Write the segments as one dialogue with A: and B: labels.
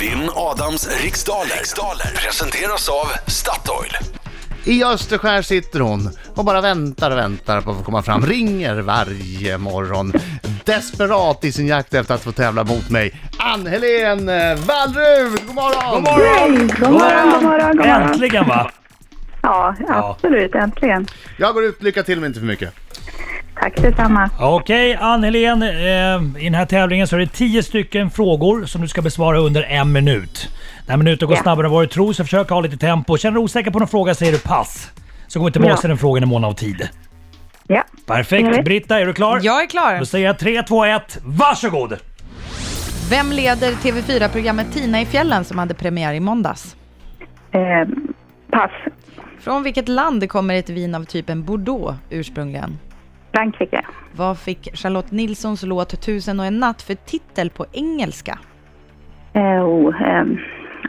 A: Vinn Adams riksdaler. riksdaler presenteras av Statoil.
B: I Östersjär sitter hon och bara väntar och väntar på att få komma fram. Ringer varje morgon. Desperat i sin jakt efter att få tävla mot mig. Ann-Helén Wallrud, god morgon! God
C: Hej! God morgon, god morgon, god morgon.
D: Äntligen va?
C: Ja, absolut. Äntligen.
B: Jag går ut, lycka till men inte för mycket.
C: Tack detsamma.
D: Okej, Ann-Helén. Eh, I den här tävlingen så är det 10 stycken frågor som du ska besvara under en minut. Den här minuten går
C: Ja.
D: snabbare än vad du tror, så försök ha lite tempo. Känner du osäker på någon fråga säger du pass. Så gå inte tillbaka
C: Ja.
D: till den frågan i mån av tid.
C: Ja.
D: Perfekt.
C: Mm.
D: Britta, är du klar?
E: Jag är klar.
D: Då säger jag 3, 2, 1, varsågod!
E: Vem leder TV4-programmet Tina i fjällen som hade premiär i måndags?
C: Eh, pass.
E: Från vilket land kommer ett vin av typen Bordeaux ursprungligen?
C: Frankrike.
E: Vad fick Charlotte Nilssons låt Tusen och en natt för titel på engelska?
C: Eh, oh, ehm,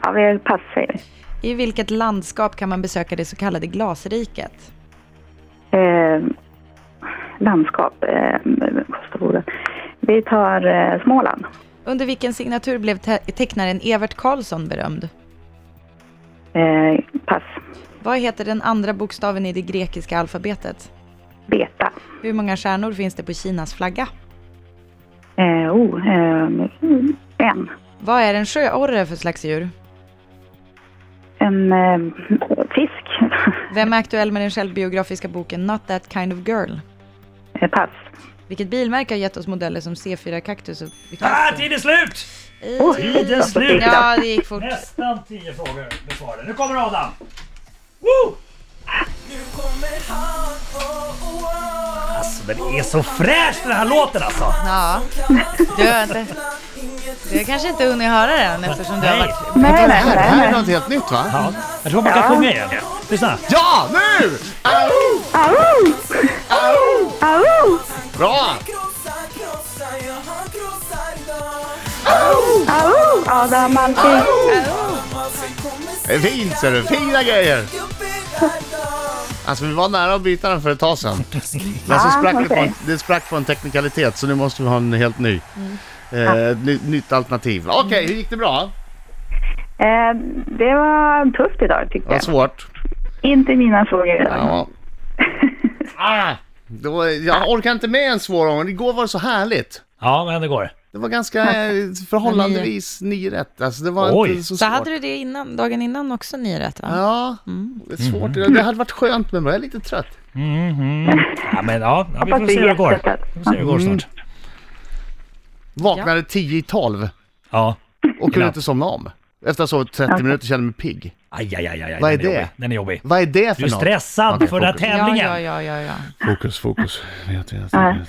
C: ja, vi pass säger vi.
E: I vilket landskap kan man besöka det så kallade glasriket?
C: Eh, landskap. Eh, kostar orden. Vi tar eh, Småland.
E: Under vilken signatur blev te- tecknaren Evert Karlsson berömd?
C: Eh, pass.
E: Vad heter den andra bokstaven i det grekiska alfabetet?
C: Beta.
E: Hur många stjärnor finns det på Kinas flagga?
C: Eh, oh, ehm, en.
E: Vad är en sjöorre för slags djur?
C: En eh, fisk.
E: Vem är aktuell med den självbiografiska boken Not That Kind of Girl?
C: Eh, pass.
E: Vilket bilmärke har gett oss modeller som C4 Cactus och
D: Ah,
E: Picasso?
D: tiden är slut!
C: Oh,
D: Tiden
C: så
D: slut.
C: fick jag.
E: Ja, det gick fort.
D: Nästan 10 frågor besvarade. Nu kommer Adam! Woo! Alltså den är så fräsch den här låten alltså!
E: Ja. Du har, inte, du har kanske inte hunnit höra den eftersom du har
D: Nej.
E: varit...
C: Nej,
B: Det
C: nej,
B: här, det här är
C: nej.
B: något helt nytt va?
D: Ja, jag tror man kan sjunga igen. Lyssna!
B: Ja, nu! Äh, Au!
C: Au!
B: Au!
C: Au!
B: Bra!
C: Au! Adam, allting.
B: Det är fint ser du, fina grejer! Alltså vi var nära att byta den för ett tag sedan. Men så
C: Ah,
B: sprack det, på en,
C: okej.
B: det sprack på en teknikalitet så nu måste vi ha en helt ny.
C: Mm.
B: Eh, ny nytt alternativ. Okej, hur gick det bra?
C: Eh, det var tufft idag tyckte
B: Det var
D: Alltså-
C: jag.
B: svårt.
C: Inte mina frågor idag.
B: Ja. Ah, det var, jag orkar inte med en svår gång. Igår var det så härligt.
D: Ja, men det går.
B: Det var ganska eh, förhållandevis nio rätt. Alltså det var
D: Oj.
B: inte så svårt.
E: Så hade du det innan, dagen innan också, nio rätt va?
B: Ja, det är svårt.
D: Mm.
B: idag. Det hade varit skönt men jag är lite trött.
D: Ja, men ja, ja, vi får
C: Hoppas
D: se
C: det
D: hur
C: är Mm.
D: det går. Mm.
C: jättetrött.
D: Vi får se hur det går snart.
B: Vaknade tio i tolv
D: Ja.
B: och kunde
D: Ja.
B: inte somna om. Efter att ha sovit 30 minuter kände jag mig pigg.
D: Aj, aj, aj, aj, aj.
B: Vad är
D: den
B: det?
D: jobbig. Den är jobbig.
B: Vad är det för
D: Du är
B: något?
D: stressad
B: Okej,
D: för den här
B: fokus.
E: Ja,
D: tävlingen.
E: ja, ja, ja, ja.
B: Fokus, fokus. Vet jag,
C: Nej.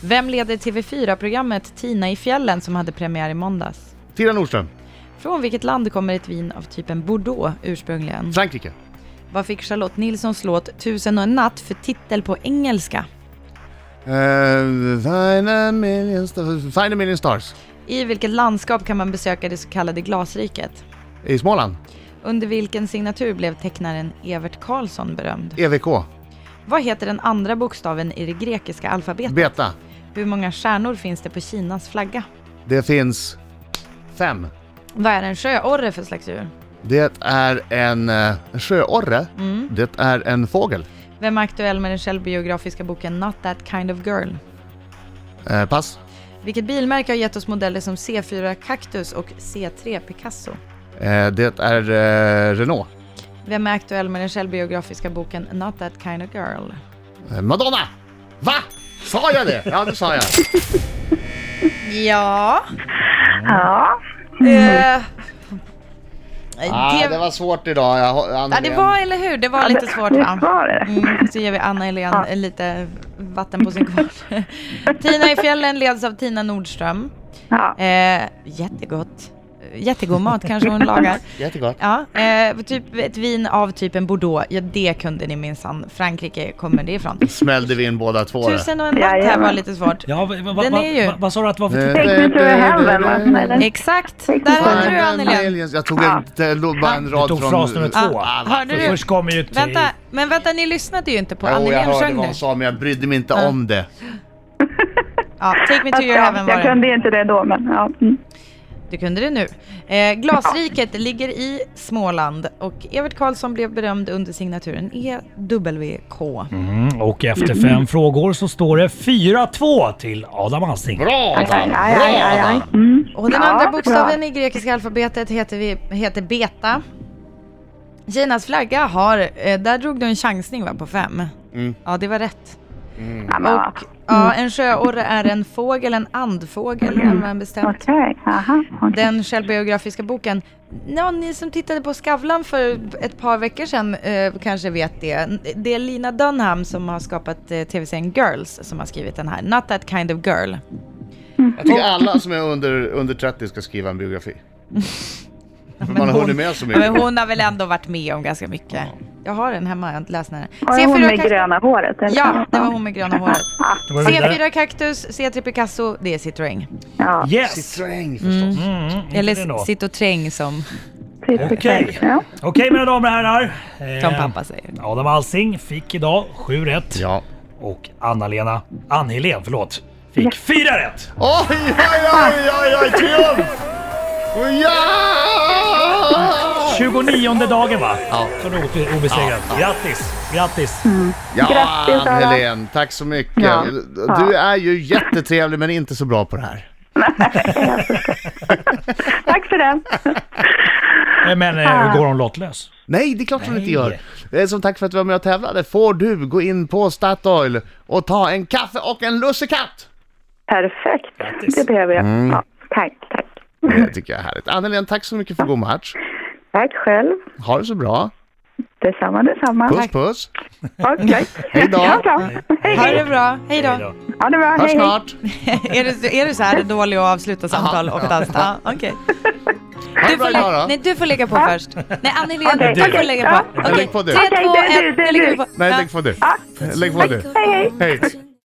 E: Vem leder TV4-programmet Tina i fjällen som hade premiär i måndags?
B: Tina Nordström,
E: Från vilket land kommer ett vin av typen Bordeaux ursprungligen?
B: Frankrike.
E: Vad fick Charlotte Nilssons låt Tusen och en natt för titel på engelska?
B: Uh, find, a million stars. find a million stars.
E: I vilket landskap kan man besöka det så kallade glasriket?
B: I Småland.
E: Under vilken signatur blev tecknaren Evert Karlsson berömd?
B: EVK.
E: Vad heter den andra bokstaven i det grekiska alfabetet?
B: Beta.
E: Hur många stjärnor finns det på Kinas flagga?
B: Det finns fem.
E: Vad är en sjöorre för slags djur?
B: Det är en eh, sjöorre.
E: Mm.
B: Det är en fågel.
E: Vem är aktuell med den självbiografiska boken Not That Kind of Girl?
B: Eh, pass.
E: Vilket bilmärke har gett oss modeller som C4 Cactus och C3 Picasso?
B: Eh, det är eh, Renault.
E: Vem är aktuell med den självbiografiska boken Not That Kind of Girl?
B: Eh, Madonna! Va? Sa jag det? Ja, det sa jag.
E: Ja...
C: Ja.
E: Eh,
B: Ah,
E: TV Ah,
B: det var svårt idag. Jag, har-
E: Ja, det
B: Ann-Helén.
E: var, eller hur? Det var lite svårt,
C: Det
E: va?
C: var det.
E: Mm, så ger vi Anna-Helén
C: Ja.
E: lite vatten på sin kvarn. Tina i fjällen leds av Tina Nordström.
C: Ja.
E: Eh, jättegott. Jättegod mat kanske hon lagar.
B: Jättegott.
E: Ja, eh, typ ett vin av typen Bordeaux. Ja, det kunde ni minsann. Frankrike kommer det ifrån.
B: Smällde vi in båda två. där.
E: Tusen och en natt här var lite svårt.
D: Ja, vad va, va,
E: Den är ju-
D: va, vad sa du att det Mm. var för...
C: Take me to heaven, va? Eller?
E: Exakt, där hörde du Anna-Helén.
B: Jag tog en, det låg bara en rad
D: Du tog
B: från...
D: fras nummer två.
B: Ah, va.
E: Hörde
D: För
E: du?
D: först kommer ju till...
E: Vänta, men vänta, ni lyssnade ju inte på
B: Jo, jag
E: Anna-Helén
B: hörde
E: sjöng Ah.
B: vad
E: nu.
B: hon sa men jag brydde mig inte om det.
E: Ja, take me to
C: Fast
E: your
C: ja,
E: heaven
C: Alltså,
E: var
C: jag
E: det.
C: kunde inte det då, men ja. Mm.
E: Det kunde det nu. Eh, Glasriket ligger i Småland och Evert Karlsson blev berömd under signaturen E EWK.
D: Mm, och efter fem frågor så står det 4-2 till Adam Alsing.
B: Bra
C: Aj, aj,
B: Adam!
C: aj, aj, aj, aj. Mm.
E: Och den
C: Ja,
E: andra
C: bra.
E: bokstaven i grekiska alfabetet heter, vi, heter beta. Kinas flagga har, eh, där drog du en chansning va, på fem. Ja, det var rätt.
C: Ja, men vad-
E: Och ja, en sjöorre är en fågel, en andfågel, mm. man bestämt.
C: Okej, aha. okej.
E: Den självbiografiska boken. Ja, ni som tittade på Skavlan för ett par veckor sedan eh, kanske vet det. Det är Lina Dunham som har skapat eh, tv-serien Girls som har skrivit den här. Not that kind of girl.
B: Jag tycker alla som är under, under 30 ska skriva en biografi. Man har hunnit med så mycket.
E: Men hon har väl ändå varit med om ganska mycket. Jag har den hemma, jag har inte läst den. här.
C: Var det hon
E: C4
C: med
E: Kaktus-
C: gröna håret? eller?
E: Ja, det var hon med gröna håret.
C: Ja,
D: Det var det där.
E: C4 Kaktus, C3 Picasso, det är Citroën.
C: ja.
D: Yes!
B: Citräng förstås.
D: Mm, inte det
E: Eller
D: då.
E: Citoträng som,
C: typ
D: Okej.
C: exakt, ja.
D: Okej mina damer och herrar. Eh,
E: som pappa säger.
D: Adam Alsing fick idag 7 rätt.
B: Ja.
D: Och Anna-Lena, Ann-Helén förlåt, fick 4 rätt.
B: Oj, oj, oj, oj, oj, triumf! Ja!
D: 29 dagen va?
B: Ja.
D: Som du är obesegrad. Grattis, grattis.
B: Ja,
C: Grattis, Anna.
B: Ann-Helén, tack så mycket.
C: Ja.
B: Du är ju jättetrevlig men inte så bra på det här.
C: Tack för det.
D: Eh, Men eh, går hon lottlös?
B: Nej, det är klart hon
D: Nej.
B: inte gör. Eh, Som tack för att du var med och tävlade får du gå in på Statoil och ta en kaffe och en lussekatt!
C: Perfekt.
D: Grattis. Mm.
C: Det behöver jag. Ja, tack, tack. Mm.
B: Det tycker jag är härligt. Ann-Helén, tack så mycket för god match.
C: Tack själv.
B: Ha det så bra.
C: Detsamma, detsamma.
B: Puss puss.
C: Okej.
B: Hej då.
C: Ja, bra. Hej,
E: Ha
C: hej.
E: det bra,
D: Hej
E: hej då.
D: då.
C: Ha det bra.
B: Hörs
C: Hej, hej.
B: snart.
E: Är du, är du så här dålig att avsluta samtal oftast? Ja, okej. Du,
B: bra
E: får
B: idag då.
E: lä- nej, du får lägga på först. Nej, Ann-Helén,
C: Okej,
E: du får
C: okej.
E: lägga
C: Ja.
E: på. Okej,
B: Lägg på du.
E: tre,
C: Okej,
E: två,
C: det är du,
E: ett.
C: det är
E: Nu lägger
C: du.
E: vi på.
B: Nej,
E: Ja.
B: lägg på du. Lägg på du.
C: Hej, hej.
B: Hej.